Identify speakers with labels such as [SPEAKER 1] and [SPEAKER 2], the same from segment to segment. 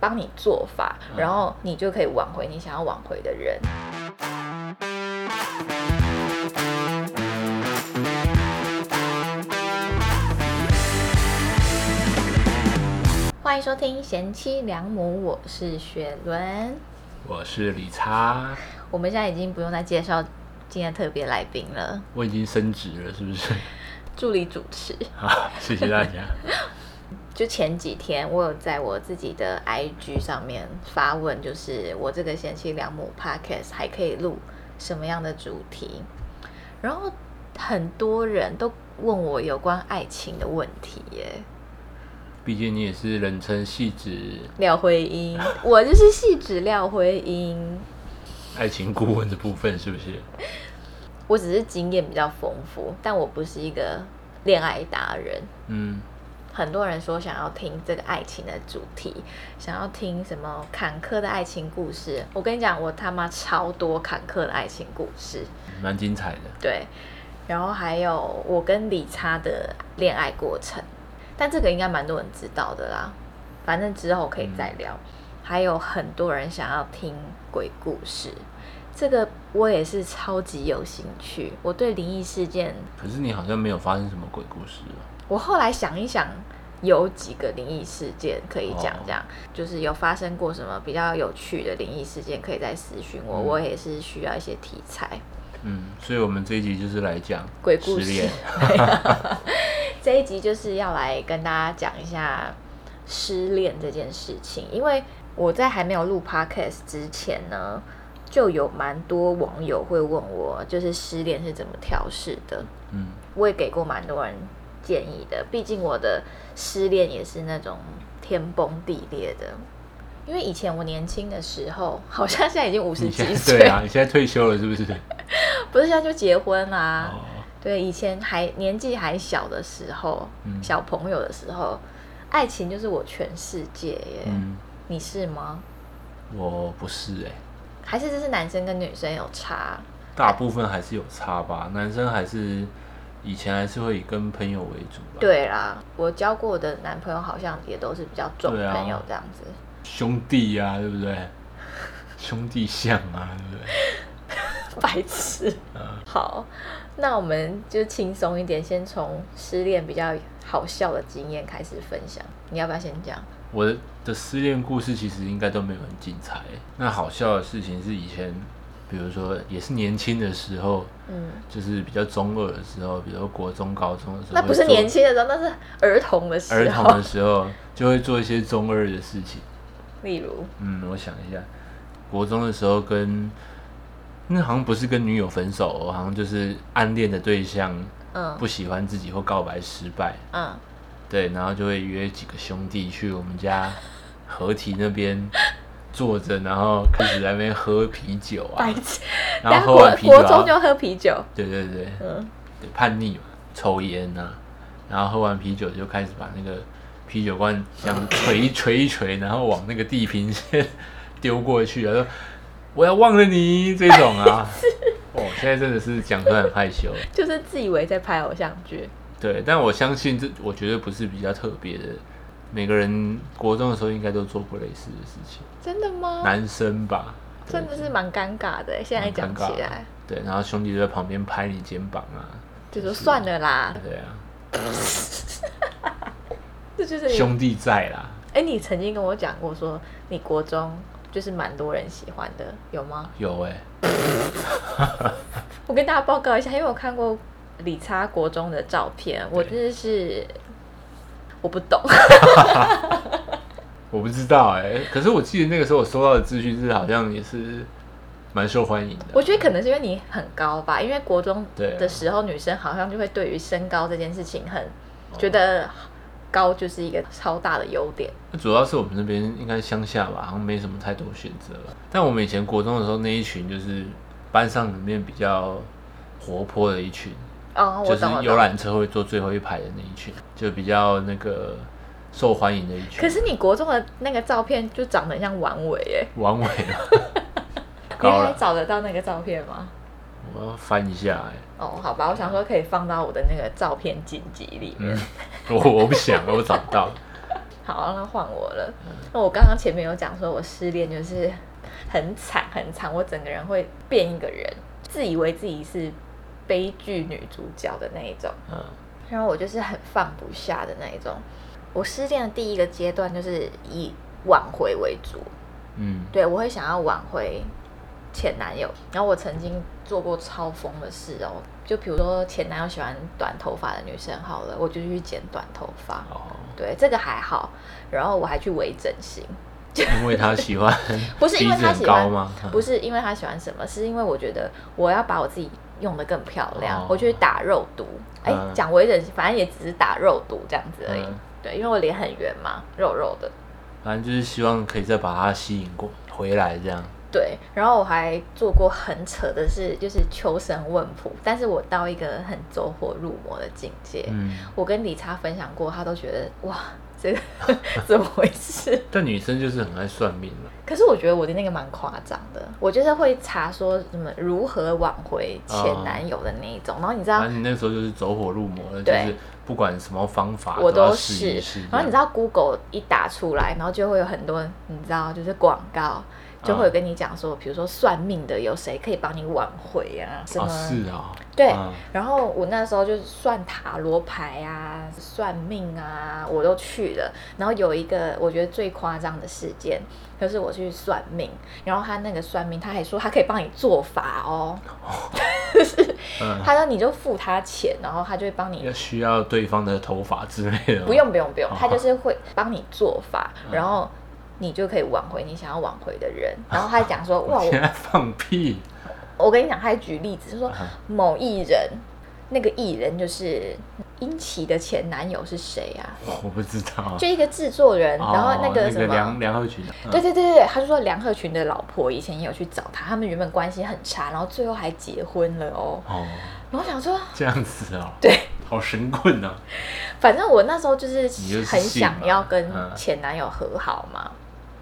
[SPEAKER 1] 帮你做法，然后你就可以挽回你想要挽回的人。欢迎收听《贤妻良母》，我是雪伦。
[SPEAKER 2] 我是李叉，
[SPEAKER 1] 我们现在已经不用再介绍今天特别来宾了，
[SPEAKER 2] 我已经升职了，是不是？
[SPEAKER 1] 助理主持。
[SPEAKER 2] 好，谢谢大家。
[SPEAKER 1] 就前几天，我有在我自己的 IG 上面发问，就是我这个贤妻良母 Podcast 还可以录什么样的主题？然后很多人都问我有关爱情的问题耶。
[SPEAKER 2] 毕竟你也是人称戏子
[SPEAKER 1] 廖辉英，我就是戏指廖辉英，
[SPEAKER 2] 爱情顾问的部分，是不是？
[SPEAKER 1] 我只是经验比较丰富，但我不是一个恋爱达人。
[SPEAKER 2] 嗯，
[SPEAKER 1] 很多人说想要听这个爱情的主题，想要听什么坎坷的爱情故事。我跟你讲，我他妈超多坎坷的爱情故事，
[SPEAKER 2] 蛮精彩的。
[SPEAKER 1] 对。然后还有我跟李差的恋爱过程，但这个应该蛮多人知道的啦。反正之后可以再聊。还有很多人想要听鬼故事，这个我也是超级有兴趣。我对灵异事件
[SPEAKER 2] 可是你好像没有发生什么鬼故事啊？
[SPEAKER 1] 我后来想一想，有几个灵异事件可以讲
[SPEAKER 2] 哦，
[SPEAKER 1] 这样、就是有发生过什么比较有趣的灵异事件，可以再私讯我，
[SPEAKER 2] 嗯
[SPEAKER 1] 我也是需要一些题材。
[SPEAKER 2] 嗯，所以我们这一集就是来讲
[SPEAKER 1] 鬼故
[SPEAKER 2] 失
[SPEAKER 1] 事
[SPEAKER 2] 恋。
[SPEAKER 1] 这一集就是要来跟大家讲一下失恋这件事情，因为我在还没有录 podcast 之前呢，就有蛮多网友会问我，就是失恋是怎么调试的。
[SPEAKER 2] 嗯，
[SPEAKER 1] 我也给过蛮多人建议的，毕竟我的失恋也是那种天崩地裂的。因为以前我年轻的时候，好像现在已 经五十
[SPEAKER 2] 你现
[SPEAKER 1] 几
[SPEAKER 2] 在
[SPEAKER 1] 岁，
[SPEAKER 2] 对啊，你现在退休了，是不是？
[SPEAKER 1] 不是现在就结婚啦、
[SPEAKER 2] 哦，
[SPEAKER 1] 对，以前还年纪还小的时候，
[SPEAKER 2] 嗯
[SPEAKER 1] 小朋友的时候，爱情就是我全世界耶。
[SPEAKER 2] 嗯，
[SPEAKER 1] 你是吗？
[SPEAKER 2] 我不是哎、
[SPEAKER 1] 还是这是男生跟女生有差？
[SPEAKER 2] 大部分还是有差吧。男生还是以前还是会以跟朋友为主吧。，
[SPEAKER 1] 对啦，我交过的男朋友好像也都是比较重
[SPEAKER 2] 对啊
[SPEAKER 1] 朋友这样子。
[SPEAKER 2] 兄弟呀、啊，对不 对？兄弟相啊，对不对？
[SPEAKER 1] 白痴。
[SPEAKER 2] 嗯
[SPEAKER 1] 好，那我们就轻松一点，先从失恋比较好笑的经验开始分享。你要不要先讲？
[SPEAKER 2] 我的失恋故事其实应该都没有很精彩。那好笑的事情是以前，比如说也是年轻的时候，
[SPEAKER 1] 嗯，
[SPEAKER 2] 就是比较中二的时候，比如说国中、高中的时候，
[SPEAKER 1] 那不是
[SPEAKER 2] 会做
[SPEAKER 1] 年轻的时候，那是儿童的
[SPEAKER 2] 儿
[SPEAKER 1] 时
[SPEAKER 2] 童
[SPEAKER 1] 候
[SPEAKER 2] 的。时候，就会做一些中二的事情。
[SPEAKER 1] 例如，
[SPEAKER 2] 嗯，我想一下，国中的时候跟那好像不是跟女友分手哦、好像就是暗恋的对象
[SPEAKER 1] 嗯
[SPEAKER 2] 不喜欢自己或告白失败，
[SPEAKER 1] 嗯，
[SPEAKER 2] 对，然后就会约几个兄弟去我们家合体那边坐着，然后开始在那边喝啤酒啊
[SPEAKER 1] 白，痴。
[SPEAKER 2] 然后喝
[SPEAKER 1] 国
[SPEAKER 2] 完啤酒、
[SPEAKER 1] 国中
[SPEAKER 2] 啊，
[SPEAKER 1] 就喝啤酒，
[SPEAKER 2] 对对对，
[SPEAKER 1] 嗯，
[SPEAKER 2] 对叛逆嘛，抽烟呐、啊，然后喝完啤酒就开始把那个啤酒罐这样捶一捶一捶，然后往那个地平线 丢过去，然后说我要忘了你这 种啊，哦，现在真的是讲出来很害羞。
[SPEAKER 1] 就是自以为在拍偶像剧。
[SPEAKER 2] 对，但我相信这，我觉得不是比较特别的。每个人国中的时候应该都做过类似的事情，
[SPEAKER 1] 真的吗？
[SPEAKER 2] 男生吧，对
[SPEAKER 1] 哦真的是蛮尴尬的，欸现在
[SPEAKER 2] 蛮
[SPEAKER 1] 讲
[SPEAKER 2] 尴尬
[SPEAKER 1] 起
[SPEAKER 2] 的
[SPEAKER 1] 来，
[SPEAKER 2] 对，然后兄弟就在旁边拍你肩膀啊，
[SPEAKER 1] 就说算了啦，
[SPEAKER 2] 对 啊，
[SPEAKER 1] 这就是你
[SPEAKER 2] 兄弟在啦，
[SPEAKER 1] 哎、你曾经跟我讲过说，你国中就是蛮多人喜欢的，有吗？
[SPEAKER 2] 有哎、
[SPEAKER 1] 我跟大家报告一下，因为我看过李差国中的照片，我真的是我不 懂，
[SPEAKER 2] 我不知道哎、可是我记得那个时候我收到的资讯是好像也是蛮受欢迎的。
[SPEAKER 1] 我觉得可能是因为你很高吧，因为国中
[SPEAKER 2] 对啊
[SPEAKER 1] 的时候女生好像就会对于身高这件事情很、
[SPEAKER 2] 哦
[SPEAKER 1] 觉得高就是一个超大的优点，
[SPEAKER 2] 那主要是我们那边应该乡下吧，好像没什么太多选择。但我们以前国中的时候那一群就是班上里面比较活泼的一群，
[SPEAKER 1] 哦，
[SPEAKER 2] 就
[SPEAKER 1] 我
[SPEAKER 2] 是
[SPEAKER 1] 懂我
[SPEAKER 2] 游
[SPEAKER 1] 懂。
[SPEAKER 2] 览车会坐最后一排的那一群，就比较那个受欢迎的一群。
[SPEAKER 1] 可是你国中的那个照片就长得很像王伟耶，
[SPEAKER 2] 王伟啊，
[SPEAKER 1] 你
[SPEAKER 2] 高
[SPEAKER 1] 还
[SPEAKER 2] 了，
[SPEAKER 1] 找得到那个照片吗？
[SPEAKER 2] 我要翻一下哎、
[SPEAKER 1] 哦，好吧，我想说可以放到我的那个照片剪辑里面。
[SPEAKER 2] 我我不想了，我找不到。
[SPEAKER 1] 好，那换我了。那我刚刚前面有讲说，我失恋就是很惨很惨，我整个人会变一个人，自以为自己是悲剧女主角的那一种。
[SPEAKER 2] 嗯
[SPEAKER 1] 然后我就是很放不下的那一种。我失恋的第一个阶段就是以挽回为主，
[SPEAKER 2] 嗯，
[SPEAKER 1] 对我会想要挽回前男友。然后我曾经做过超疯的事哦，就比如说前男友喜欢短头发的女生，好了，我就去剪短头发。
[SPEAKER 2] 哦，
[SPEAKER 1] 对，这个还好。然后我还去微整形，，
[SPEAKER 2] 因为他喜欢
[SPEAKER 1] 不是因为他喜
[SPEAKER 2] 高嗯
[SPEAKER 1] 欢
[SPEAKER 2] 吗？
[SPEAKER 1] 不
[SPEAKER 2] 是，
[SPEAKER 1] 是因为他喜欢什么，是因为我觉得我要把我自己用得更漂亮，
[SPEAKER 2] 哦
[SPEAKER 1] 我去打肉毒。哎、
[SPEAKER 2] 嗯
[SPEAKER 1] 讲微整形，反正也只是打肉毒这样子而已。
[SPEAKER 2] 嗯
[SPEAKER 1] 对，因为我脸很圆嘛，肉肉的。
[SPEAKER 2] 反正就是希望可以再把他吸引过回来，这样。
[SPEAKER 1] 对，然后我还做过很扯的事，就是求神问卜，但是我到一个很走火入魔的境界。
[SPEAKER 2] 嗯，
[SPEAKER 1] 我跟理查分享过，他都觉得哇，这个 怎么回事？
[SPEAKER 2] 但女生就是很爱算命了，
[SPEAKER 1] 可是我觉得我的那个蛮夸张的，我就是会查说什么如何挽回前男友的那一种，然后你知道
[SPEAKER 2] 哦反正你那时候就是走火入魔了，就
[SPEAKER 1] 啊对
[SPEAKER 2] 是不管什么方法
[SPEAKER 1] 我
[SPEAKER 2] 要
[SPEAKER 1] 都
[SPEAKER 2] 试
[SPEAKER 1] 是
[SPEAKER 2] 一试。，
[SPEAKER 1] 然后你知道 Google 一打出来，然后就会有很多你知道就是广告，就
[SPEAKER 2] 嗯
[SPEAKER 1] 会有跟你讲说，比如说算命的有谁可以帮你挽回啊，
[SPEAKER 2] 这
[SPEAKER 1] 什
[SPEAKER 2] 样
[SPEAKER 1] 么、
[SPEAKER 2] 啊？是啊，
[SPEAKER 1] 对
[SPEAKER 2] 啊
[SPEAKER 1] 然后我那时候就算塔罗牌啊、算命啊，我都去了。然后有一个我觉得最夸张的事件，就是我去算命，然后他那个算命他还说他可以帮你做法哦，
[SPEAKER 2] 嗯，
[SPEAKER 1] 他说你就付他钱，然后他就会帮你
[SPEAKER 2] 要需要对方的头发之类的吗，
[SPEAKER 1] 不用不用不用
[SPEAKER 2] 哦，
[SPEAKER 1] 他就是会帮你做法，
[SPEAKER 2] 嗯
[SPEAKER 1] 然后你就可以挽回你想要挽回的人。然后他还讲说，哇，
[SPEAKER 2] 现在啊放屁，
[SPEAKER 1] 我我跟你讲，他还举例子，就说
[SPEAKER 2] 啊
[SPEAKER 1] 某艺人，那个艺人就是殷琦的前男友是谁啊？
[SPEAKER 2] 我不知道。
[SPEAKER 1] 就一个制作人，然后那
[SPEAKER 2] 哦
[SPEAKER 1] 个什么。
[SPEAKER 2] 梁梁鹤群啊，嗯
[SPEAKER 1] 对对对对对，他就说梁鹤群的老婆以前也有去找他，他们原本关系很差，然后最后还结婚了哦。
[SPEAKER 2] 哦，
[SPEAKER 1] 然后我想说，
[SPEAKER 2] 这样子哦，
[SPEAKER 1] 对，
[SPEAKER 2] 好神棍啊！
[SPEAKER 1] 反正我那时候就是
[SPEAKER 2] 你就是
[SPEAKER 1] 很
[SPEAKER 2] 信嘛
[SPEAKER 1] 想要跟
[SPEAKER 2] 嗯
[SPEAKER 1] 前男友和好嘛。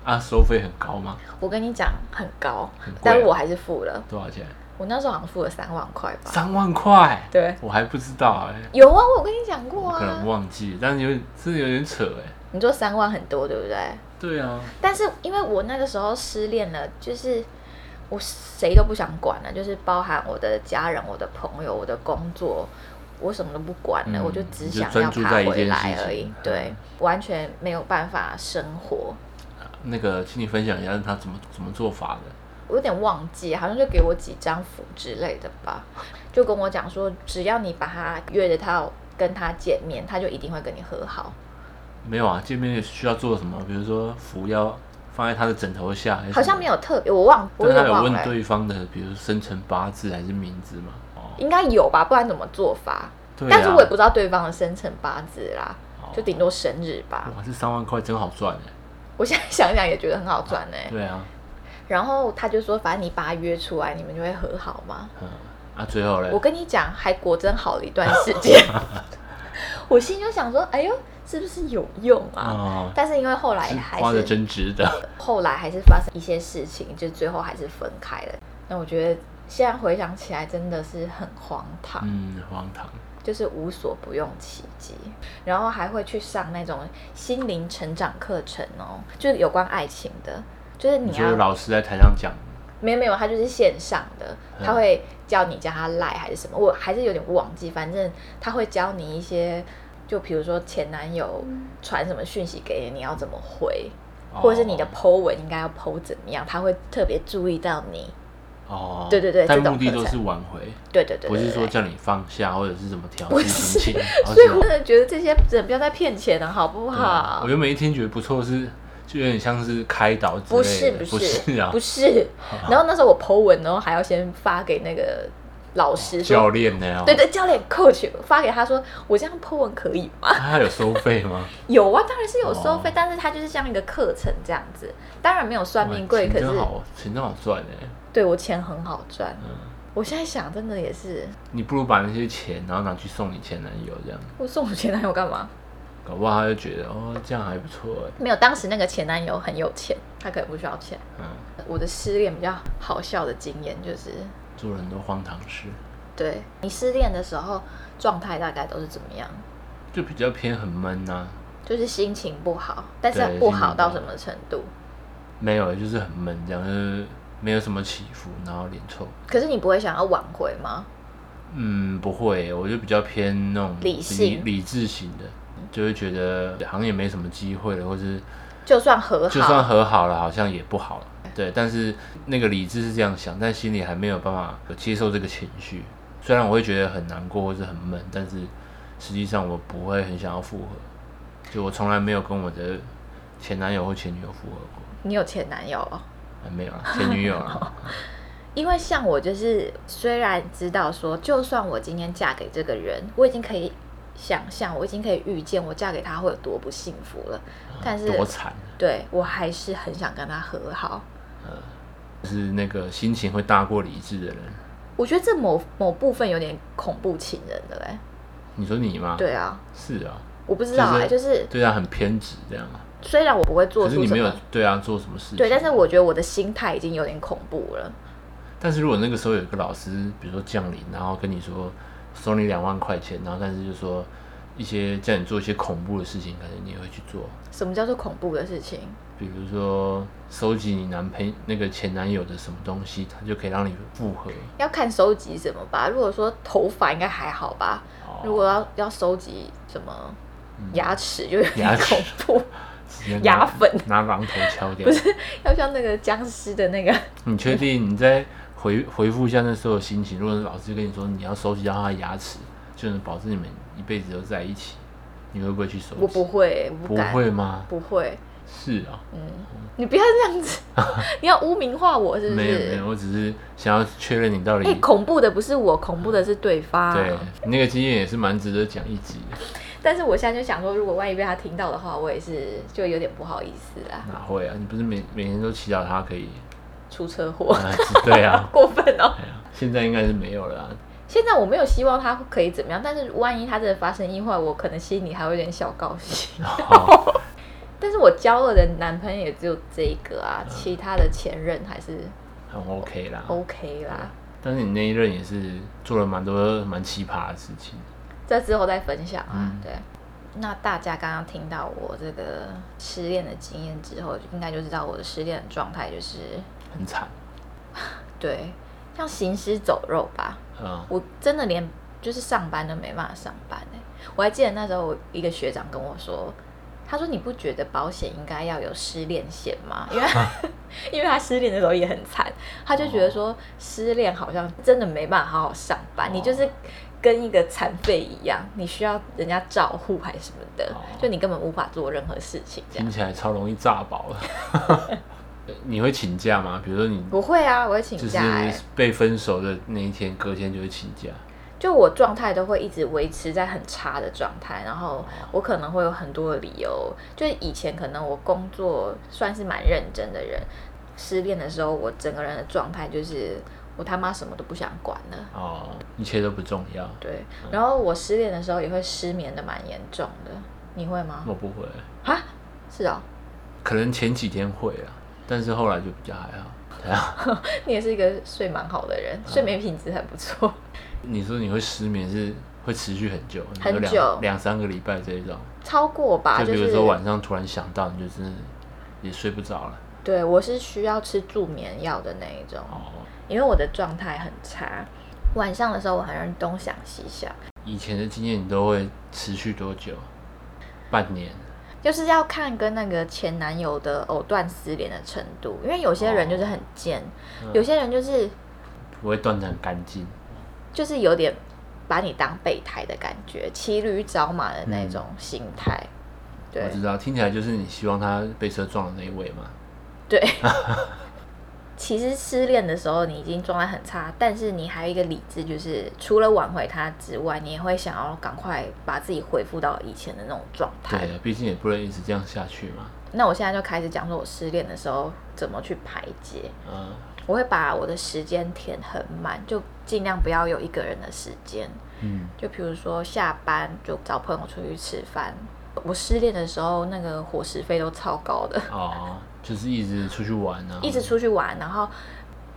[SPEAKER 2] 啊，收费很高吗？
[SPEAKER 1] 我跟你讲很高，
[SPEAKER 2] 很贵啊
[SPEAKER 1] 但我还是付了。
[SPEAKER 2] 多少钱？
[SPEAKER 1] 我那时候好像付了三万块吧。
[SPEAKER 2] 三万块，
[SPEAKER 1] 对，
[SPEAKER 2] 我还不知道哎、
[SPEAKER 1] 有啊，我有跟你讲过
[SPEAKER 2] 我可能
[SPEAKER 1] 啊。
[SPEAKER 2] 忘记，但是有点是有点扯哎、
[SPEAKER 1] 你说三万很多，对不对？
[SPEAKER 2] 对啊，
[SPEAKER 1] 但是因为我那个时候失恋了，就是我谁都不想管了，就是包含我的家人、我的朋友、我的工作，我什么都不管了，
[SPEAKER 2] 嗯
[SPEAKER 1] 我就只
[SPEAKER 2] 你就
[SPEAKER 1] 想
[SPEAKER 2] 专
[SPEAKER 1] 要
[SPEAKER 2] 注
[SPEAKER 1] 爬
[SPEAKER 2] 在一
[SPEAKER 1] 回
[SPEAKER 2] 件
[SPEAKER 1] 来
[SPEAKER 2] 事
[SPEAKER 1] 而已
[SPEAKER 2] 情。
[SPEAKER 1] 对，完全没有办法生活。
[SPEAKER 2] 那个，请你分享一下他怎么怎么做法的。
[SPEAKER 1] 我有点忘记，好像就给我几张符之类的吧，就跟我讲说，只要你把他约着他跟他见面，他就一定会跟你和好，
[SPEAKER 2] 没有啊，见面需要做什么？比如说服要放在他的枕头下，还是
[SPEAKER 1] 好像没
[SPEAKER 2] 有。
[SPEAKER 1] 有特别，我忘，我
[SPEAKER 2] 但
[SPEAKER 1] 有
[SPEAKER 2] 他
[SPEAKER 1] 点
[SPEAKER 2] 有
[SPEAKER 1] 忘
[SPEAKER 2] 问
[SPEAKER 1] 了、欸
[SPEAKER 2] 对方的，比如生辰八字还是名字吗？哦，
[SPEAKER 1] 应该有吧，不然怎么做法？
[SPEAKER 2] 对啊。
[SPEAKER 1] 但是我也不知道对方的生辰八字啦，
[SPEAKER 2] 哦
[SPEAKER 1] 就顶多生日吧。
[SPEAKER 2] 哇，这三万块真好赚哎、
[SPEAKER 1] 我现在想想也觉得很好赚呢、欸
[SPEAKER 2] 对啊，
[SPEAKER 1] 然后他就说，反正你把他约出来，你们就会和好嘛。
[SPEAKER 2] 嗯，啊，最后嘞
[SPEAKER 1] 我，跟你讲，还果真好了一段时 间。我心里就想说，哎呦，是不是有用啊？
[SPEAKER 2] 哦，
[SPEAKER 1] 但是因为后来
[SPEAKER 2] 是
[SPEAKER 1] 还
[SPEAKER 2] 花的
[SPEAKER 1] 是
[SPEAKER 2] 真值得。
[SPEAKER 1] 后来还是发生一些事情，就最后还是分开了。那我觉得现在回想起来真的是很荒唐，
[SPEAKER 2] 嗯，荒唐。
[SPEAKER 1] 就是无所不用其极。然后还会去上那种心灵成长课程哦，就是有关爱情的，就是
[SPEAKER 2] 你
[SPEAKER 1] 你
[SPEAKER 2] 说
[SPEAKER 1] 要
[SPEAKER 2] 老师在台上讲，
[SPEAKER 1] 没有没有，它就是线上的，
[SPEAKER 2] 嗯
[SPEAKER 1] 他会教你加他赖还是什么，我还是有点忘记。反正他会教你一些，就比如说前男友传什么讯息给你，你要怎么回，
[SPEAKER 2] 哦
[SPEAKER 1] 或者是你的 Po 文应该要 Po 怎么样，他会特别注意到你。
[SPEAKER 2] 哦，
[SPEAKER 1] 对对对
[SPEAKER 2] 但
[SPEAKER 1] 这种
[SPEAKER 2] 目的
[SPEAKER 1] 课
[SPEAKER 2] 都
[SPEAKER 1] 程
[SPEAKER 2] 是挽回，
[SPEAKER 1] 对对对
[SPEAKER 2] 不
[SPEAKER 1] 对
[SPEAKER 2] 是
[SPEAKER 1] 对
[SPEAKER 2] 说
[SPEAKER 1] 对
[SPEAKER 2] 叫你放下或者是怎么调
[SPEAKER 1] 不
[SPEAKER 2] 试
[SPEAKER 1] 是
[SPEAKER 2] 心情。 哦
[SPEAKER 1] 所以
[SPEAKER 2] 是
[SPEAKER 1] 我啊
[SPEAKER 2] 哦
[SPEAKER 1] 真的觉得这些人不要再骗钱了，好不
[SPEAKER 2] 对啊
[SPEAKER 1] 好
[SPEAKER 2] 我？原本一听觉得不错，是就有点像是开导之
[SPEAKER 1] 不
[SPEAKER 2] 类
[SPEAKER 1] 是
[SPEAKER 2] 的，
[SPEAKER 1] 不
[SPEAKER 2] 不是
[SPEAKER 1] 是
[SPEAKER 2] 啊
[SPEAKER 1] 不， 是。然后那时候我 Po 文，然后还要先发给那个老师
[SPEAKER 2] 教
[SPEAKER 1] 说，
[SPEAKER 2] 练哦的呀，
[SPEAKER 1] 对，对，教练 coach 发给他说，我这样 Po 文可以吗？
[SPEAKER 2] 啊他有收费吗？
[SPEAKER 1] 有啊，当然是有收费，
[SPEAKER 2] 哦
[SPEAKER 1] 但是它就是像一个课程这样子，当然没有 算命
[SPEAKER 2] 哇
[SPEAKER 1] 贵，
[SPEAKER 2] 钱
[SPEAKER 1] 可是
[SPEAKER 2] 真好，钱真好赚哎，
[SPEAKER 1] 对我钱很好赚。
[SPEAKER 2] 嗯，
[SPEAKER 1] 我现在想，真的也是，
[SPEAKER 2] 你不如把那些钱然后拿去送你前男友这样，
[SPEAKER 1] 我送我前男友干嘛？
[SPEAKER 2] 搞不好他就觉得哦这样还不错哎，
[SPEAKER 1] 没有，当时那个前男友很有钱，他可能不需要钱。
[SPEAKER 2] 嗯，
[SPEAKER 1] 我的失恋比较好笑的经验就是，
[SPEAKER 2] 做了很多荒唐事，
[SPEAKER 1] 对你失恋的时候状态大概都是怎么样？
[SPEAKER 2] 就比较偏很闷呐，啊
[SPEAKER 1] 就就是心情不好，但是
[SPEAKER 2] 对
[SPEAKER 1] 不
[SPEAKER 2] 心情
[SPEAKER 1] 好
[SPEAKER 2] 不
[SPEAKER 1] 到
[SPEAKER 2] 好
[SPEAKER 1] 什么程度？
[SPEAKER 2] 没有，就是很闷，这样就是没有什么起伏，然后脸臭。
[SPEAKER 1] 可是你不会想要挽回吗？
[SPEAKER 2] 嗯，不会，我就比较偏那种
[SPEAKER 1] 理性
[SPEAKER 2] 理智型的，就会觉得好像也没什么机会了，或是
[SPEAKER 1] 就算和好，
[SPEAKER 2] 就算和好了，好像也不好了。对，但是那个理智是这样想，但心里还没有办法接受这个情绪。虽然我会觉得很难过或是很闷，但是实际上我不会很想要复合。就我从来没有跟我的前男友或前女友复合过，
[SPEAKER 1] 你有前男友哦、
[SPEAKER 2] 啊没有啊，前女友啊，
[SPEAKER 1] 因为像我就是，虽然知道说，就算我今天嫁给这个人，我已经可以想象，我已经可以预见我嫁给他会有多不幸福了， 但是
[SPEAKER 2] 多惨啊！
[SPEAKER 1] 对我还是很想跟他和好。
[SPEAKER 2] 就是那个心情会大过理智的人。
[SPEAKER 1] 我觉得这某某部分有点恐怖情人的嘞。
[SPEAKER 2] 你说你吗？，
[SPEAKER 1] 对啊，
[SPEAKER 2] 是啊，
[SPEAKER 1] 我不知道哎、就是
[SPEAKER 2] 对啊，很偏执这样啊。
[SPEAKER 1] 虽然我不会做
[SPEAKER 2] 可是
[SPEAKER 1] 出
[SPEAKER 2] 你
[SPEAKER 1] 什
[SPEAKER 2] 没有
[SPEAKER 1] 么，
[SPEAKER 2] 对啊做什么事情？
[SPEAKER 1] 对，但是我觉得我的心态已经有点恐怖了。
[SPEAKER 2] 但是如果那个时候有一个老师，比如说降临，然后跟你说收你两万块钱，然后但是就说一些叫你做一些恐怖的事情，可能你也会去做，
[SPEAKER 1] 什么叫做恐怖的事情？
[SPEAKER 2] 比如说收集你男朋那个前男友的什么东西，他就可以让你复合。
[SPEAKER 1] 要看收集什么吧。如果说头发应该还好吧，
[SPEAKER 2] 哦嗯
[SPEAKER 1] 如果要要收集什么牙齿，就有
[SPEAKER 2] 牙
[SPEAKER 1] 点
[SPEAKER 2] 齿
[SPEAKER 1] 恐怖，
[SPEAKER 2] 直接拿
[SPEAKER 1] 牙粉
[SPEAKER 2] 拿榔头敲掉
[SPEAKER 1] 不。是要像那个僵尸的那个，
[SPEAKER 2] 你确定你再回回复一下那时候的心情？如果老师跟你说你要收集到他的牙齿，就能保证你们一辈子都在一起，你会不会去收集？
[SPEAKER 1] 我不会，我不
[SPEAKER 2] 不
[SPEAKER 1] 敢，
[SPEAKER 2] 会吗？
[SPEAKER 1] 不会，
[SPEAKER 2] 是啊、
[SPEAKER 1] 你不要这样 子，你要污名化我是不
[SPEAKER 2] 没有没
[SPEAKER 1] 是
[SPEAKER 2] 有，？我只是想要确认你到底、
[SPEAKER 1] 哎、恐怖的不是我，恐怖的是对方。
[SPEAKER 2] 对你那个经验也是蛮值得讲一集的。
[SPEAKER 1] 但是我现在就想说，如果万一被他听到的话，我也是就有点不好意思啦，
[SPEAKER 2] 哪会啊？你不是每每天都祈祷他可以？
[SPEAKER 1] 出车 祸，，
[SPEAKER 2] 啊对啊
[SPEAKER 1] 过分哦。
[SPEAKER 2] 现在应该是没有了啊。
[SPEAKER 1] 现在我没有希望他可以怎么样，但是万一他真的发生意外，我可能心里还会有点小高兴。
[SPEAKER 2] 好
[SPEAKER 1] 但是我交了的男朋友也只有这一个啊，其他的前任还是
[SPEAKER 2] 很 OK 啦。
[SPEAKER 1] OK 啦。
[SPEAKER 2] 但是你那一任也是做了蛮多蛮奇葩的事情。
[SPEAKER 1] 这之后再分享啊。
[SPEAKER 2] 嗯
[SPEAKER 1] 对，那大家刚刚听到我这个失恋的经验之后，应该就知道我的失恋的状态就是
[SPEAKER 2] 很惨，
[SPEAKER 1] 对，像行尸走肉吧。
[SPEAKER 2] 嗯，
[SPEAKER 1] 我真的连就是上班都没办法上班哎、我还记得那时候我一个学长跟我说，他说你不觉得保险应该要有失恋险吗？因为 因为他失恋的时候也很惨，他就觉得说失恋好像真的没办法好好上
[SPEAKER 2] 哦
[SPEAKER 1] 班，你就是。跟一个残废一样，你需要人家照护还是什么的，
[SPEAKER 2] 哦嗯
[SPEAKER 1] 就你根本无法做任何事情这样
[SPEAKER 2] 听。起来超容易炸饱了。 你会请假吗？比如说你
[SPEAKER 1] 不会啊，我会请
[SPEAKER 2] 就是
[SPEAKER 1] 假哎、
[SPEAKER 2] 被分手的那一天，隔天就会请假。
[SPEAKER 1] 就我状态都会一直维持在很差的状态，然后我可能会有很多的理由。就是以前可能我工作算是蛮认真的人，失恋的时候，我整个人的状态就是我他妈什么都不想管了。
[SPEAKER 2] 哦，一切都不重要。
[SPEAKER 1] 对，
[SPEAKER 2] 嗯
[SPEAKER 1] 然后我失恋的时候也会失眠的蛮严重的，你会吗？
[SPEAKER 2] 我不会，
[SPEAKER 1] 啊，是哦，
[SPEAKER 2] 可能前几天会啊，但是后来就比较还好。对啊，
[SPEAKER 1] 你也是一个睡蛮好的
[SPEAKER 2] 嗯
[SPEAKER 1] 人，睡眠品质很不错。
[SPEAKER 2] 你说你会失眠是会持续很久，
[SPEAKER 1] 很
[SPEAKER 2] 你说两
[SPEAKER 1] 久
[SPEAKER 2] 两三个礼拜这一种。
[SPEAKER 1] 超过吧，
[SPEAKER 2] 就
[SPEAKER 1] 就
[SPEAKER 2] 比
[SPEAKER 1] 是
[SPEAKER 2] 如说晚上突然想到，你就真的也睡不着了。
[SPEAKER 1] 对我是需要吃助眠药的那一种。
[SPEAKER 2] 哦，
[SPEAKER 1] 因为我的状态很差，晚上的时候我很容易东想西想，
[SPEAKER 2] 以前的经验你都会持续多久？半年。
[SPEAKER 1] 就是要看跟那个前男友的藕断丝连的程度，因为有些人就是很贱，
[SPEAKER 2] 哦
[SPEAKER 1] 有些人就是
[SPEAKER 2] 不会断得很干净。
[SPEAKER 1] 就是有点把你当备胎的感觉，骑驴找马的那种心态。
[SPEAKER 2] 嗯我知道，听起来就是你希望他被车撞的那一位嘛。
[SPEAKER 1] 对 对，其实失恋的时候你已经状态很差，但是你还有一个理智，就是除了挽回他之外，你也会想要赶快把自己恢复到以前的那种状态。
[SPEAKER 2] 对，啊毕竟也不能一直这样下去嘛。
[SPEAKER 1] 那我现在就开始讲说我失恋的时候怎么去排解。
[SPEAKER 2] 嗯，
[SPEAKER 1] 我会把我的时间填很满，就尽量不要有一个人的时间。
[SPEAKER 2] 嗯，
[SPEAKER 1] 就比如说下班就找朋友出去吃饭。我失恋的时候，那个伙食费都超高的，
[SPEAKER 2] 哦，就是一直出去玩啊，
[SPEAKER 1] 一直出去玩，然后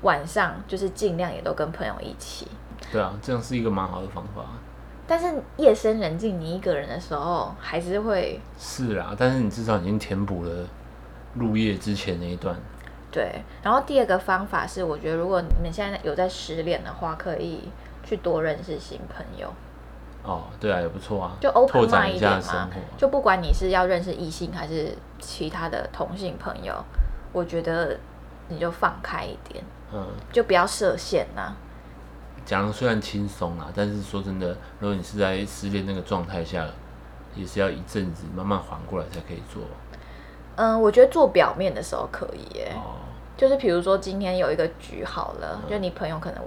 [SPEAKER 1] 晚上就是尽量也都跟朋友一起。
[SPEAKER 2] 对啊，这样是一个蛮好的方法。
[SPEAKER 1] 但是夜深人静，你一个人的时候，还是会
[SPEAKER 2] 是啊，但是你至少已经填补了入夜之前那一段。
[SPEAKER 1] 对。然后第二个方法是，我觉得如果你们现在有在失恋的话，可以去多认识新朋友，
[SPEAKER 2] 哦，对啊，也不错啊，
[SPEAKER 1] 就
[SPEAKER 2] 拓
[SPEAKER 1] open mind
[SPEAKER 2] 展一
[SPEAKER 1] 一
[SPEAKER 2] 下
[SPEAKER 1] 点
[SPEAKER 2] 生活
[SPEAKER 1] 嘛
[SPEAKER 2] 啊。。
[SPEAKER 1] 就不管你是要认识异性还是其他的同性朋友，我觉得你就放开一点，
[SPEAKER 2] 嗯，
[SPEAKER 1] 就不要设限啊呐、
[SPEAKER 2] 讲得虽然轻松啦，但是说真的，如果你是在失恋那个状态下，也是要一阵子慢慢缓过来才可以做。
[SPEAKER 1] 嗯，我觉得做表面的时候可以耶，
[SPEAKER 2] 哦，嗯
[SPEAKER 1] 就是比如说今天有一个局好了，就你朋友可能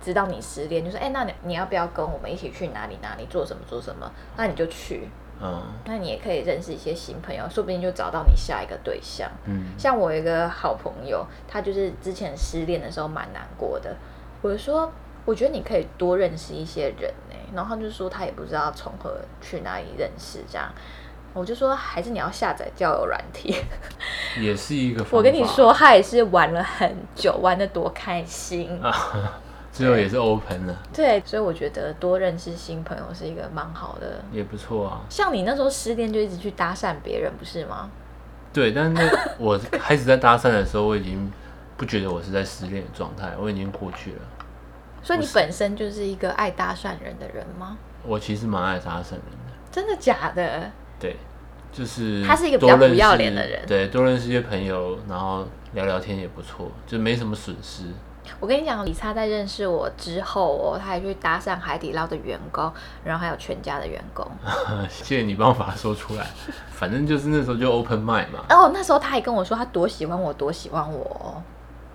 [SPEAKER 1] 知道你失恋，就说哎、那你你要不要跟我们一起去哪里哪里做什么做什么？那你就去，
[SPEAKER 2] 嗯
[SPEAKER 1] 那你也可以认识一些新朋友，说不定就找到你下一个对象。
[SPEAKER 2] 嗯，
[SPEAKER 1] 像我有一个好朋友，他就是之前失恋的时候蛮难过的，我就说我觉得你可以多认识一些人哎、然后他就说他也不知道从何去哪里认识这样。我就说，还是你要下载交友软体。
[SPEAKER 2] 也是一个方法。
[SPEAKER 1] 我跟你说，他也是玩了很久，玩的多开心。
[SPEAKER 2] 啊， 最后也是 open 了，
[SPEAKER 1] 对，所以我觉得多认识新朋友是一个蛮好的。
[SPEAKER 2] 也不错啊。
[SPEAKER 1] 像你那时候失恋就一直去搭讪别人，不是吗？
[SPEAKER 2] 对，但是那我开始在搭讪的时候，我已经不觉得我是在失恋的状态，我已经过去了。
[SPEAKER 1] 所以你本身就是一个爱搭讪人的人吗？
[SPEAKER 2] 我其实蛮爱搭讪人的，
[SPEAKER 1] 真的假的？
[SPEAKER 2] 对，就是
[SPEAKER 1] 他是一个比较
[SPEAKER 2] 多认识
[SPEAKER 1] 不要脸的人
[SPEAKER 2] 对，多认识一些朋友，然后聊聊天也不错，就没什么损失。
[SPEAKER 1] 我跟你讲，李莎在认识我之后哦，她还去搭讪海底捞的员工，然后还有全家的员工。
[SPEAKER 2] 谢谢你帮我把它说出来，反正就是那时候就 open mind 嘛，
[SPEAKER 1] 然后哦那时候她还跟我说，她多喜欢我，多喜欢我哦，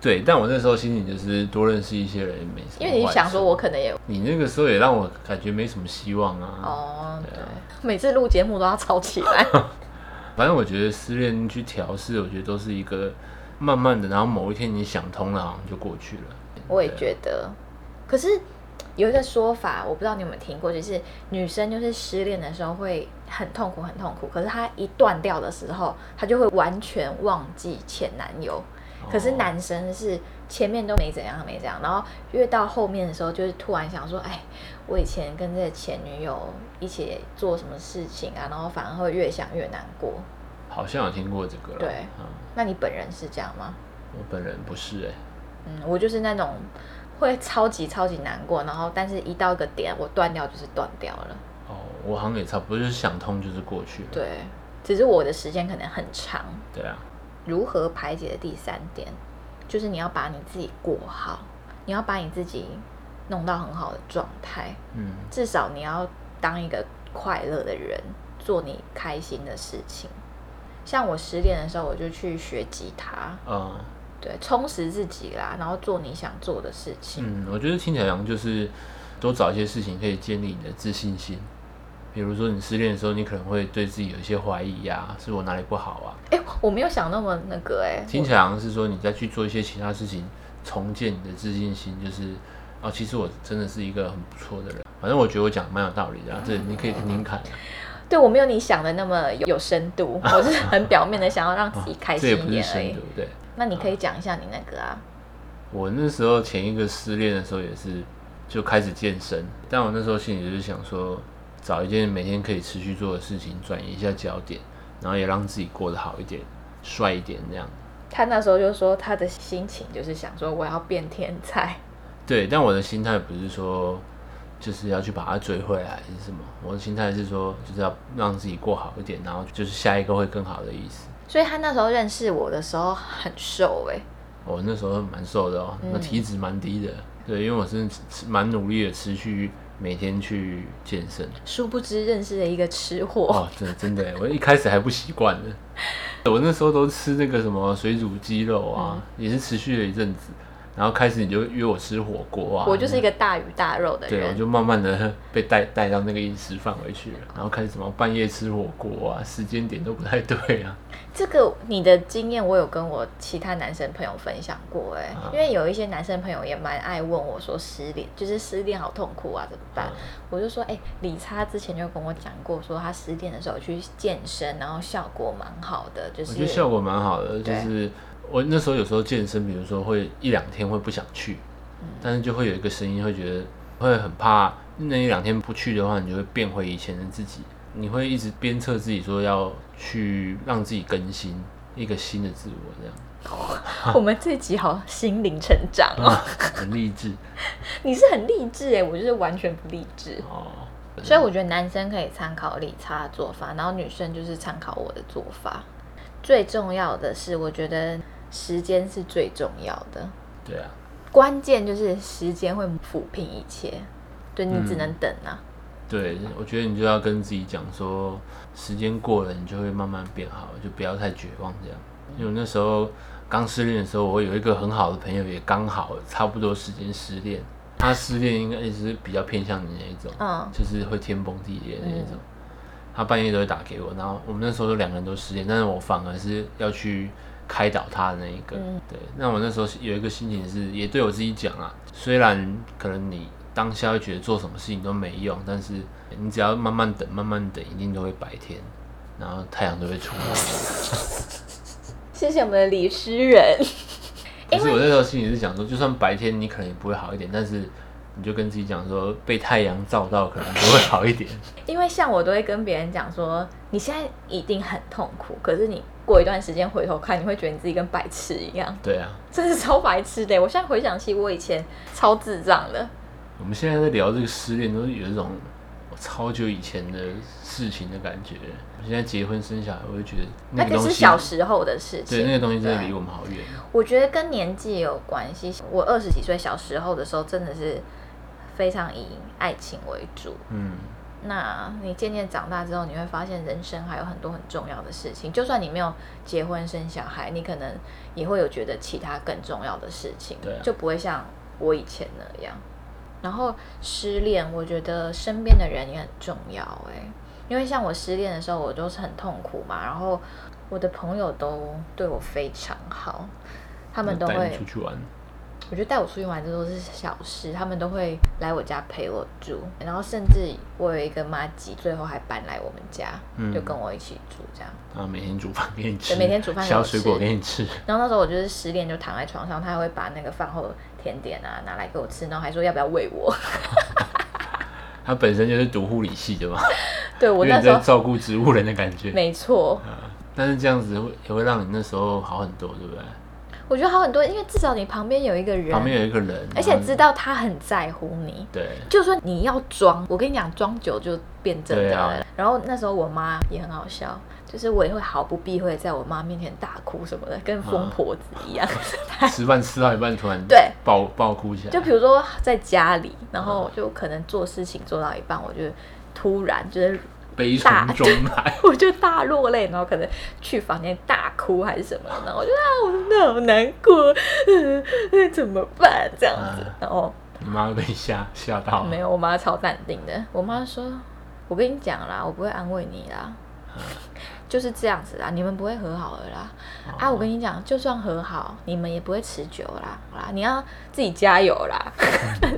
[SPEAKER 2] 对，但我那时候心里就是多认识一些人也没什么，
[SPEAKER 1] 因为你想说，我，可能也
[SPEAKER 2] 你那个时候也让我感觉没什么希望啊。
[SPEAKER 1] 哦，
[SPEAKER 2] 对
[SPEAKER 1] 对
[SPEAKER 2] 啊，
[SPEAKER 1] 每次录节目都要吵起来。
[SPEAKER 2] 反正我觉得失恋去调试，我觉得都是一个慢慢的，然后某一天你想通了，好像就过去了。
[SPEAKER 1] 我也觉得，可是有一个说法，我不知道你有没有听过，就是女生就是失恋的时候会很痛苦，很痛苦，可是她一断掉的时候，她就会完全忘记前男友。可
[SPEAKER 2] 哦
[SPEAKER 1] 是男生是前面都没怎样，没怎样，然后越到后面的时候，就是突然想说，哎，我以前跟这个前女友一起做什么事情啊，然后反而会越想越难过。
[SPEAKER 2] 好像有听过这个了。
[SPEAKER 1] 对
[SPEAKER 2] 嗯，
[SPEAKER 1] 那你本人是这样吗？
[SPEAKER 2] 我本人不是哎、
[SPEAKER 1] 嗯，我就是那种会超级超级难过，然后但是一到一个点，我断掉就是断掉了。
[SPEAKER 2] 哦，我好像也差不多，就是想通就是过去了。
[SPEAKER 1] 对，只是我的时间可能很长。
[SPEAKER 2] 对啊，
[SPEAKER 1] 如何排解的第三点，就是你要把你自己过好，你要把你自己弄到很好的状态，
[SPEAKER 2] 嗯，
[SPEAKER 1] 至少你要当一个快乐的人，做你开心的事情。像我失恋的时候，我就去学吉他，
[SPEAKER 2] 呃，
[SPEAKER 1] 对，充实自己啦，然后做你想做的事情。
[SPEAKER 2] 嗯，我觉得听起来好像就是多找一些事情可以建立你的自信心。比如说你失恋的时候，你可能会对自己有一些怀疑呀、是我哪里不好啊？
[SPEAKER 1] 哎、我没有想那么那个哎、
[SPEAKER 2] 听起来好像是说你再去做一些其他事情，重建你的自信心，就是哦，其实我真的是一个很不错的人。反正我觉得我讲得蛮有道理的、啊，这你可以听听看啊、
[SPEAKER 1] 对我没有你想的那么有有深 度，我是很表面的想要让自己开
[SPEAKER 2] 啊哦这
[SPEAKER 1] 心
[SPEAKER 2] 也
[SPEAKER 1] 一
[SPEAKER 2] 不是
[SPEAKER 1] 点而
[SPEAKER 2] 深
[SPEAKER 1] 已
[SPEAKER 2] 度。，对。
[SPEAKER 1] 那你可以讲一下你那个啊，
[SPEAKER 2] 我那时候前一个失恋的时候也是就开始健身，但我那时候心里就是想说，找一件每天可以持续做的事情，转移一下焦点，然后也让自己过得好一点、帅一点那样。
[SPEAKER 1] 他那时候就说他的心情就是想说我要变天才，
[SPEAKER 2] 对，但我的心态不是说就是要去把它追回来还是什么，我的心态是说就是要让自己过好一点，然后就是下一个会更好的意思。
[SPEAKER 1] 所以他那时候认识我的时候很瘦哎、
[SPEAKER 2] 我那时候蛮瘦的哦，那体脂蛮低的，对，因为我是蛮努力的，持续每天去健身。
[SPEAKER 1] 殊不知认识了一个吃货，
[SPEAKER 2] 哦，真的真的耶，我一开始还不习惯呢。我那时候都吃那个什么水煮鸡肉啊，
[SPEAKER 1] 嗯
[SPEAKER 2] 也是持续了一阵子，然后开始你就约我吃火锅啊，
[SPEAKER 1] 我就是一个大鱼大肉的
[SPEAKER 2] 对，我
[SPEAKER 1] 人。
[SPEAKER 2] 就慢慢的被带带到那个饮食范围去了，然后开始什么半夜吃火锅啊，时间点都不太对啊。
[SPEAKER 1] 这个你的经验，我有跟我其他男生朋友分享过、哎、
[SPEAKER 2] 啊
[SPEAKER 1] 因为有一些男生朋友也蛮爱问我说失恋，就是失恋好痛苦啊，怎么办？我就说，哎、李差之前就跟我讲过，说他失恋的时候去健身，然后效果蛮好的，就
[SPEAKER 2] 我
[SPEAKER 1] 是
[SPEAKER 2] 觉得效果蛮好的，就
[SPEAKER 1] 对
[SPEAKER 2] 是我那
[SPEAKER 1] 嗯
[SPEAKER 2] 时候有时候健身，比如说会一两天会不想去，但是就会有一个声音会觉得会很怕那一两天不去的话，你就会变回以前的自己，你会一直鞭策自己说要去让自己更新一个新的自我，这样
[SPEAKER 1] 我们这集好心灵成长
[SPEAKER 2] 啊
[SPEAKER 1] 哦，
[SPEAKER 2] 很励志
[SPEAKER 1] 你是很励志哎，我就是完全不励志。
[SPEAKER 2] 哦。
[SPEAKER 1] 所以我觉得男生可以参考理查的做法，然后女生就是参考我的做法。最重要的是，我觉得时间是最重要的，
[SPEAKER 2] 对啊，
[SPEAKER 1] 关键就是时间会抚平一切，对你只能等啊。
[SPEAKER 2] 嗯对，我觉得你就要跟自己讲说，时间过了，你就会慢慢变好，就不要太绝望这样。因为我那时候刚失恋的时候，我有一个很好的朋友，也刚好差不多时间失恋。他失恋应该也是比较偏向你那一种，
[SPEAKER 1] 嗯
[SPEAKER 2] 就是会天崩地裂那一种。他半夜都会打给我，然后我们那时候两个人都失恋，但是我反而是要去开导他的那一个。
[SPEAKER 1] 嗯
[SPEAKER 2] 对，那我那时候有一个心情是，也对我自己讲啊，虽然可能你当下会觉得做什么事情都没用，但是你只要慢慢等，慢慢等，一定都会白天，然后太阳都会出来。
[SPEAKER 1] 谢谢我们的李诗人，
[SPEAKER 2] 可是我那时候心里是想说，就算白天你可能也不会好一点，但是你就跟自己讲说，被太阳照到可能就会好一点。
[SPEAKER 1] 因为像我都会跟别人讲说，你现在一定很痛苦，可是你过一段时间回头看，你会觉得你自己跟白痴一样，
[SPEAKER 2] 对啊，
[SPEAKER 1] 真是超白痴的。我现在回想起我以前超智障的，
[SPEAKER 2] 我们现在在聊这个失恋，都是有一种我超久以前的事情的感觉。我现在结婚生小孩，我就觉得
[SPEAKER 1] 那
[SPEAKER 2] 那个
[SPEAKER 1] 个
[SPEAKER 2] 东
[SPEAKER 1] 是
[SPEAKER 2] 西，
[SPEAKER 1] 小时候的事情。
[SPEAKER 2] 对那个东西真的离我们好远。
[SPEAKER 1] 我觉得跟年纪有关系。我二十几岁小时候的时候，真的是非常以爱情为主。
[SPEAKER 2] 嗯，
[SPEAKER 1] 那你渐渐长大之后，你会发现人生还有很多很重要的事情。就算你没有结婚生小孩，你可能也会有觉得其他更重要的事情，
[SPEAKER 2] 对啊
[SPEAKER 1] 就不会像我以前那样。然后失恋，我觉得身边的人也很重要哎、因为像我失恋的时候，我都是很痛苦嘛，然后我的朋友都对我非常好，他们都
[SPEAKER 2] 带
[SPEAKER 1] 会
[SPEAKER 2] 你出去玩，
[SPEAKER 1] 我觉得带我出去玩这都是小事，他们都会来我家陪我住，然后甚至我有一个妈吉，最后还搬来我们家，
[SPEAKER 2] 嗯
[SPEAKER 1] 就跟我一起住这样。
[SPEAKER 2] 然后每天煮饭给你吃，
[SPEAKER 1] 对每天煮饭给我
[SPEAKER 2] 削水果
[SPEAKER 1] 吃
[SPEAKER 2] 给你吃。
[SPEAKER 1] 然后那时候我就是失恋，就躺在床上，他还会把那个饭后甜点啊拿来给我吃，然后还说要不要喂我。
[SPEAKER 2] 他本身就是读护理系的嘛，
[SPEAKER 1] 对我
[SPEAKER 2] 有
[SPEAKER 1] 那
[SPEAKER 2] 点
[SPEAKER 1] 时
[SPEAKER 2] 在
[SPEAKER 1] 候
[SPEAKER 2] 照顾植物人的感觉。啊
[SPEAKER 1] 没错，
[SPEAKER 2] 但是这样子会也会让你那时候好很多，对不对？
[SPEAKER 1] 我觉得好很多，因为至少你旁边有一个人，
[SPEAKER 2] 旁边有一个人，
[SPEAKER 1] 而且
[SPEAKER 2] 然后
[SPEAKER 1] 知道他很在乎你。
[SPEAKER 2] 对，
[SPEAKER 1] 就算你要装，我跟你讲，装久就变真的
[SPEAKER 2] 对
[SPEAKER 1] 了。
[SPEAKER 2] 啊
[SPEAKER 1] 然后那时候我妈也很好笑，就是我也会毫不避讳在我妈面前大哭什么的，跟疯婆子一样。
[SPEAKER 2] 吃饭吃到一半突然
[SPEAKER 1] 对
[SPEAKER 2] 爆爆哭起来，
[SPEAKER 1] 就比如说在家里，然后就可能做事情做到一半，我就突然就是
[SPEAKER 2] 悲从
[SPEAKER 1] 大
[SPEAKER 2] 中来。
[SPEAKER 1] 我就大落泪，然后可能去房间大哭还是什么，然后我就啊，我真的好难过，呃呃怎么办这样子
[SPEAKER 2] 嗯，
[SPEAKER 1] 然后。
[SPEAKER 2] 你妈被吓吓到，啊
[SPEAKER 1] 没有，我妈超淡定的。我妈说：“我跟你讲啦，我不会安慰你啦，就是这样子啦，你们不会和好了啦。啊，我跟你讲，就算和好，你们也不会持久啦，啦，你要自己加油啦。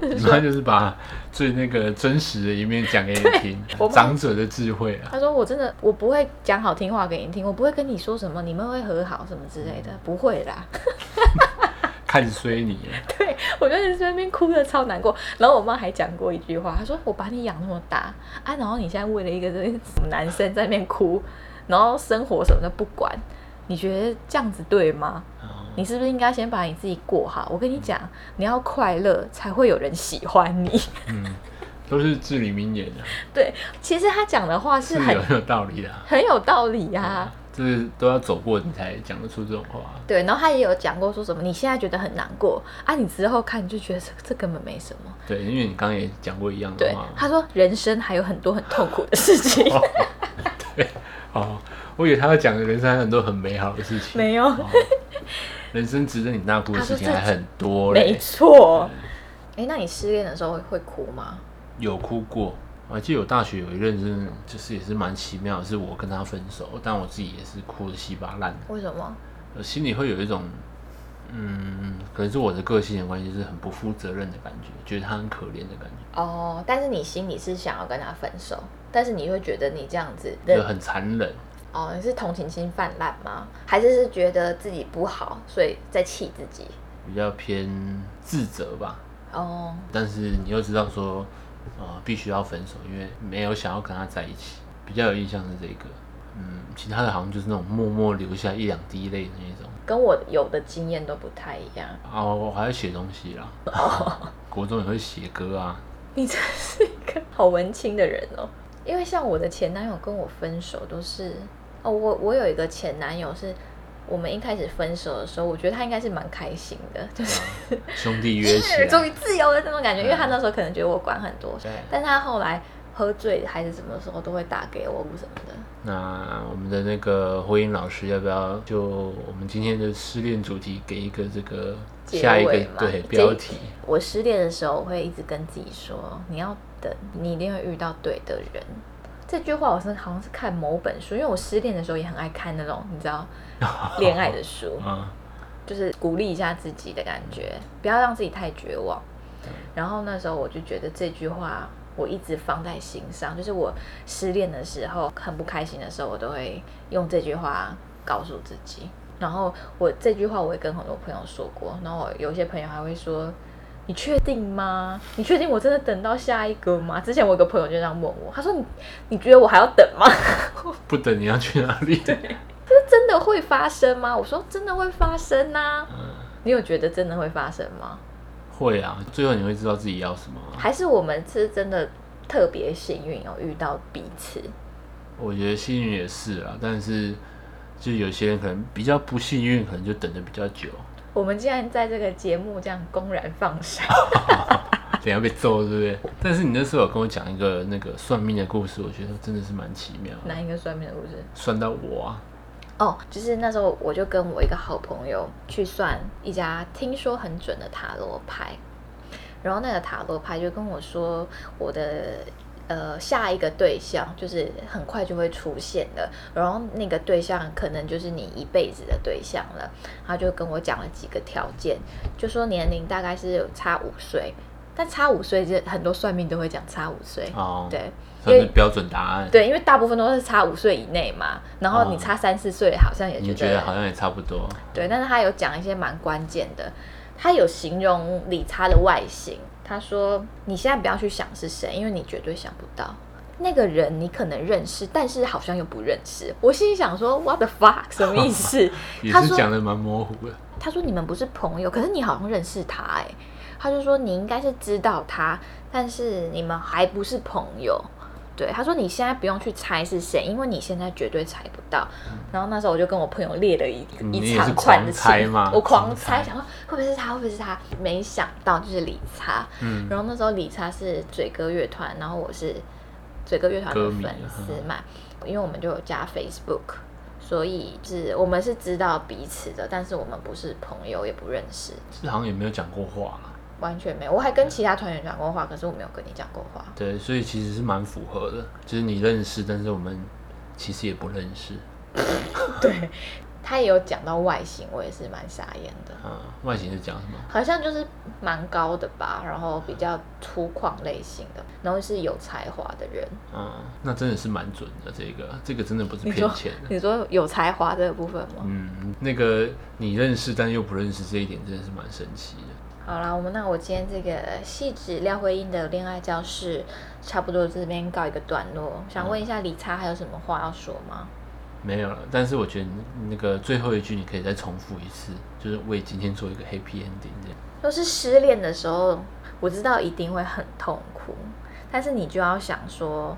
[SPEAKER 2] 你妈就是把最那个真实的一面讲给你听
[SPEAKER 1] 我，妈
[SPEAKER 2] 长者的智慧”啊，
[SPEAKER 1] 她说：“我真的，我不会讲好听话给你听，我不会跟你说什么你们会和好什么之类的，不会啦。”
[SPEAKER 2] 看衰你啊了，
[SPEAKER 1] 对， 我就在那边哭的超难过。然后我妈还讲过一句话，她说：“我把你养那么大啊，然后你现在为了一个这什么男生在那边哭，然后生活什么都不管，你觉得这样子对吗？
[SPEAKER 2] 哦
[SPEAKER 1] 你是不是应该先把你自己过好？我跟你讲，你要快乐才会有人喜欢你。
[SPEAKER 2] 嗯，都是至理名言的，啊
[SPEAKER 1] 对，其实她讲的话是
[SPEAKER 2] 是
[SPEAKER 1] 很
[SPEAKER 2] 有有道理的啊，
[SPEAKER 1] 很有道理呀、
[SPEAKER 2] 啊这是都要走过你才讲得出这种话，啊
[SPEAKER 1] 对，然后她也有讲过说什么，你现在觉得很难过啊，你之后看你就觉得这这根本没什么。
[SPEAKER 2] 对，因为你刚刚也讲过一样的
[SPEAKER 1] 对
[SPEAKER 2] 话，，
[SPEAKER 1] 她说人生还有很多很痛苦的事 情。
[SPEAKER 2] 哦，我以为他要讲的人生还有很多很美好的事情，
[SPEAKER 1] 没有
[SPEAKER 2] 哦人生值得你大哭的事情
[SPEAKER 1] 他说
[SPEAKER 2] 还
[SPEAKER 1] 这
[SPEAKER 2] 很多
[SPEAKER 1] 没
[SPEAKER 2] 嘞，
[SPEAKER 1] 错。哎、那你失恋的时候会会哭吗？
[SPEAKER 2] 有哭过。我还记得我大学有一任真的就是也是蛮奇妙的，是我跟他分手，但我自己也是哭的稀巴烂的。
[SPEAKER 1] 为什么？
[SPEAKER 2] 我心里会有一种，嗯，可能是我的个性的关系，就是很不负责任的感觉，觉得他很可怜的感觉，
[SPEAKER 1] 哦，但是你心里是想要跟他分手，但是你会觉得你这样子
[SPEAKER 2] 就
[SPEAKER 1] 的
[SPEAKER 2] 很残忍。
[SPEAKER 1] 哦，你是同情心泛滥吗？还是是觉得自己不好，所以在气自己？
[SPEAKER 2] 比较偏自责吧，
[SPEAKER 1] 哦，
[SPEAKER 2] 但是你又知道说，呃，必须要分手，因为没有想要跟他在一起。比较有印象是这个，嗯，其他的好像就是那种默默流下一两滴泪的那一种。
[SPEAKER 1] 跟我有的经验都不太一样。
[SPEAKER 2] 啊，我还会写东西 啦，国中也会写歌啊，
[SPEAKER 1] 你真是一个好文青的人哦。因为像我的前男友跟我分手都是，哦，我我有一个前男友是，我们一开始分手的时候，我觉得他应该是蛮开心的，就是
[SPEAKER 2] 兄弟约起
[SPEAKER 1] 终
[SPEAKER 2] 来
[SPEAKER 1] 于，自由了那种感觉，
[SPEAKER 2] 嗯
[SPEAKER 1] 因为他那时候可能觉得我管很多
[SPEAKER 2] 对，
[SPEAKER 1] 但他后来喝醉还是什么时候都会打给我什么的。
[SPEAKER 2] 那我们的那个婚姻老师要不要就我们今天的失恋主题给一个这个
[SPEAKER 1] 结
[SPEAKER 2] 下一个
[SPEAKER 1] 尾嘛
[SPEAKER 2] 对
[SPEAKER 1] 这
[SPEAKER 2] 标题？
[SPEAKER 1] 我失恋的时候，我会一直跟自己说：“你要等，你一定会遇到对的人。”这句话我是好像是看某本书，因为我失恋的时候也很爱看那种你知 道恋爱的书，
[SPEAKER 2] 啊，
[SPEAKER 1] 就是鼓励一下自己的感觉，不要让自己太绝望。然后那时候我就觉得这句话我一直放在心上，就是我失恋的时候很不开心的时候，我都会用这句话告诉自己。然后我这句话我也跟很多朋友说过，然后我有些朋友还会说：“你确定吗？你确定我真的等到下一个吗？”之前我有个朋友就这样问我，他说你：“你觉得我还要等吗？”
[SPEAKER 2] 不等你要去哪里？
[SPEAKER 1] 这真的会发生吗？我说：“真的会发生呐、
[SPEAKER 2] 嗯，
[SPEAKER 1] 你有觉得真的会发生吗？
[SPEAKER 2] 会啊，最后你会知道自己要什么啊、
[SPEAKER 1] 还是我们是真的特别幸运有遇到彼此？
[SPEAKER 2] 我觉得幸运也是啦，但是就有些人可能比较不幸运，可能就等的比较久，
[SPEAKER 1] 我们竟然在这个节目这样公然放闪，
[SPEAKER 2] 等一下被揍，对不对？但是你那时候有跟我讲一个那个算命的故事，我觉得真的是蛮奇妙的，
[SPEAKER 1] 哪一个算命的故事？
[SPEAKER 2] 算到我啊，
[SPEAKER 1] 哦，就是那时候我就跟我一个好朋友去算一家听说很准的塔罗牌，然后那个塔罗牌就跟我说我的。呃，下一个对象就是很快就会出现的，然后那个对象可能就是你一辈子的对象了。他就跟我讲了几个条件，就说年龄大概是有差五岁，但差五岁，这很多算命都会讲差五岁，
[SPEAKER 2] 哦，，
[SPEAKER 1] 对，因
[SPEAKER 2] 算是
[SPEAKER 1] 为
[SPEAKER 2] 标准答案，，
[SPEAKER 1] 对，因为大部分都是差五岁以内嘛，然后你
[SPEAKER 2] 哦
[SPEAKER 1] 差三四岁好像也
[SPEAKER 2] 你
[SPEAKER 1] 觉
[SPEAKER 2] 觉
[SPEAKER 1] 得
[SPEAKER 2] 得好像也差不多，
[SPEAKER 1] 对，但是他有讲一些蛮关键的，他有形容理查的外形，他说你现在不要去想是谁，因为你绝对想不到。那个人你可能认识，但是好像又不认识。我心里想说，what the fuck，什么意思？
[SPEAKER 2] 也
[SPEAKER 1] 他
[SPEAKER 2] 是
[SPEAKER 1] 说
[SPEAKER 2] 讲的蛮模糊的，
[SPEAKER 1] 他说你们不是朋友，可是你好像认识他哎、他就说你应该是知道他，但是你们还不是朋友。对，他说你现在不用去猜是谁，因为你现在绝对猜不到。然后那时候我就跟我朋友列了一
[SPEAKER 2] 嗯你
[SPEAKER 1] 一
[SPEAKER 2] 也
[SPEAKER 1] 长
[SPEAKER 2] 是
[SPEAKER 1] 串的
[SPEAKER 2] 狂猜
[SPEAKER 1] 清
[SPEAKER 2] 吗
[SPEAKER 1] 我狂
[SPEAKER 2] 狂
[SPEAKER 1] 猜，
[SPEAKER 2] 猜
[SPEAKER 1] 想说会不会是他，会不会是他？没想到就是理查。
[SPEAKER 2] 嗯，
[SPEAKER 1] 然后那时候理查是嘴哥乐团，然后我是嘴哥乐团的
[SPEAKER 2] 歌迷嗯
[SPEAKER 1] 粉丝嘛，因为我们就有加 Facebook，所以是我们是知道彼此的，但是我们不是朋友，也不认识，
[SPEAKER 2] 这好像也没有讲过话啦，
[SPEAKER 1] 完全没有。我还跟其他团员讲过话，可是我没有跟你讲过话。
[SPEAKER 2] 对，所以其实是蛮符合的，就是你认识，但是我们其实也不认识，
[SPEAKER 1] 对，他也有讲到外形，我也是蛮傻眼的，
[SPEAKER 2] 啊，外形是讲什么？
[SPEAKER 1] 好像就是蛮高的吧，然后比较粗犷类型的，然后是有才华的 人。
[SPEAKER 2] 嗯，那真的是蛮准的，这个这个真的不是
[SPEAKER 1] 你
[SPEAKER 2] 骗
[SPEAKER 1] 说
[SPEAKER 2] 钱的。
[SPEAKER 1] 你说有才华这个部分吗？
[SPEAKER 2] 嗯，那个你认识但又不认识这一点真的是蛮神奇的。
[SPEAKER 1] 好啦，我们那我今天这个细致廖慧英的恋爱教室，差不多这边告一个段落。想问一下理查还有什么话要说吗？
[SPEAKER 2] 没有了，但是我觉得那个最后一句你可以再重复一次，就是为今天做一个 happy ending 这样。
[SPEAKER 1] 都是失恋的时候，我知道一定会很痛苦，但是你就要想说，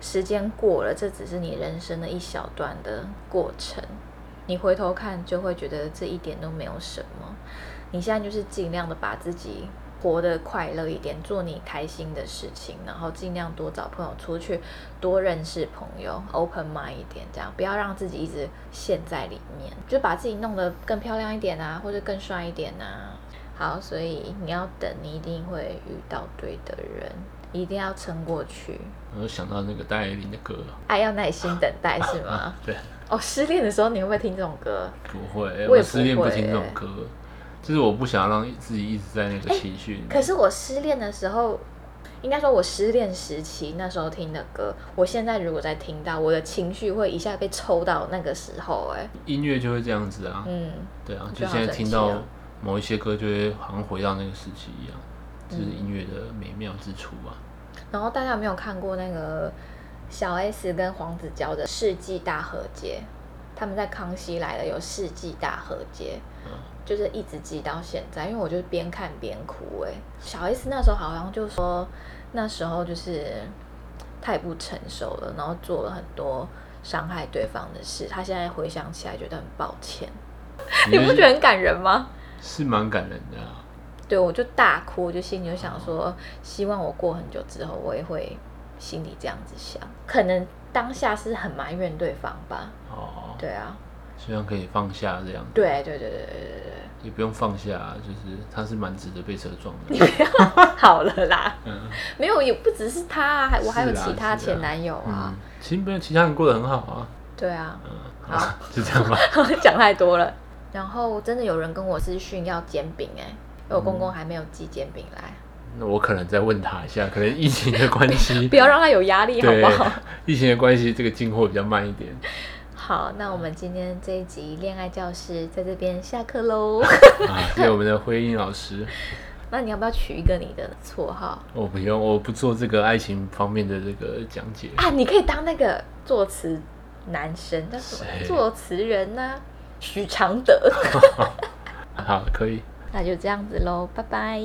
[SPEAKER 1] 时间过了，这只是你人生的一小段的过程。你回头看，就会觉得这一点都没有什么。你现在就是尽量的把自己活得快乐一点，做你开心的事情，然后尽量多找朋友出去，多认识朋友，open mind 一点，这样不要让自己一直陷在里面，就把自己弄得更漂亮一点啊，或者更帅一点啊。好，所以你要等，你一定会遇到对的人，一定要撑过去。
[SPEAKER 2] 我就想到那个戴爱玲的歌，
[SPEAKER 1] 爱要耐心等待，是 吗？
[SPEAKER 2] 对，
[SPEAKER 1] 哦，失恋的时候你会不会听这种歌？
[SPEAKER 2] 不会，
[SPEAKER 1] 我也不会欸
[SPEAKER 2] 失恋不听这种歌，就是我不想让自己一直在那个情绪里面。
[SPEAKER 1] 哎可是我失恋的时候，应该说我失恋时期那时候听的歌，我现在如果再听到，我的情绪会一下被抽到那个时候、哎，
[SPEAKER 2] 音乐就会这样子啊，
[SPEAKER 1] 嗯，
[SPEAKER 2] 对啊，
[SPEAKER 1] 我觉
[SPEAKER 2] 就
[SPEAKER 1] 得好
[SPEAKER 2] 现在
[SPEAKER 1] 神
[SPEAKER 2] 听
[SPEAKER 1] 奇
[SPEAKER 2] 到
[SPEAKER 1] 哦
[SPEAKER 2] 某一些歌就会好像回到那个时期一样。就是音乐的美妙之处啊嘛。
[SPEAKER 1] 然后大家有没有看过那个小 S 跟黄子佼的世纪大和解？他们在《康熙来了》有世纪大和解，
[SPEAKER 2] 嗯
[SPEAKER 1] 就是一直记到现在，因为我就是边看边哭哎、小 S 那时候好像就说，那时候就是太不成熟了，然后做了很多伤害对方的事。她现在回想起来觉得很抱歉， 你不觉得很感人吗？
[SPEAKER 2] 是蛮感人的啊？
[SPEAKER 1] 对，我就大哭，我就心里就想说，希望我过很久之后，我也会心里这样子想。可能当下是很埋怨对方吧。
[SPEAKER 2] 哦，
[SPEAKER 1] 对啊，
[SPEAKER 2] 希望可以放下这样，
[SPEAKER 1] 对对对对对对
[SPEAKER 2] 也不用放下啊，就是他是蛮值得被车撞 的。
[SPEAKER 1] 对，好了啦，
[SPEAKER 2] 嗯，
[SPEAKER 1] 没有也不只是他、啊，还我还有
[SPEAKER 2] 是啦
[SPEAKER 1] 其他
[SPEAKER 2] 是
[SPEAKER 1] 前
[SPEAKER 2] 啦
[SPEAKER 1] 男友啊
[SPEAKER 2] 嗯。，其实没有其他人过得很好啊。
[SPEAKER 1] 对啊，
[SPEAKER 2] 嗯，
[SPEAKER 1] 好
[SPEAKER 2] 好， 就这样吧。
[SPEAKER 1] 讲太多了。然后真的有人跟我私讯要煎饼哎、因为我公
[SPEAKER 2] 嗯
[SPEAKER 1] 公还没有寄煎饼来，
[SPEAKER 2] 那我可能再问他一下，可能疫情的关 系，
[SPEAKER 1] 不要让他有压力好
[SPEAKER 2] 对
[SPEAKER 1] 不好？
[SPEAKER 2] 疫情的关系，这个进货比较慢一点。
[SPEAKER 1] 好，那我们今天这一集恋爱教室在这边下课 喽。
[SPEAKER 2] 啊，谢谢我们的辉英老师。
[SPEAKER 1] 那你要不要取一个你的绰号
[SPEAKER 2] 我不用，我不做这个爱情方面的这个讲解。
[SPEAKER 1] 啊？你可以当那个作词男神，叫什么
[SPEAKER 2] 谁
[SPEAKER 1] 作词人呢、许常德。
[SPEAKER 2] 好，可以。
[SPEAKER 1] 那就这样子喽，拜拜。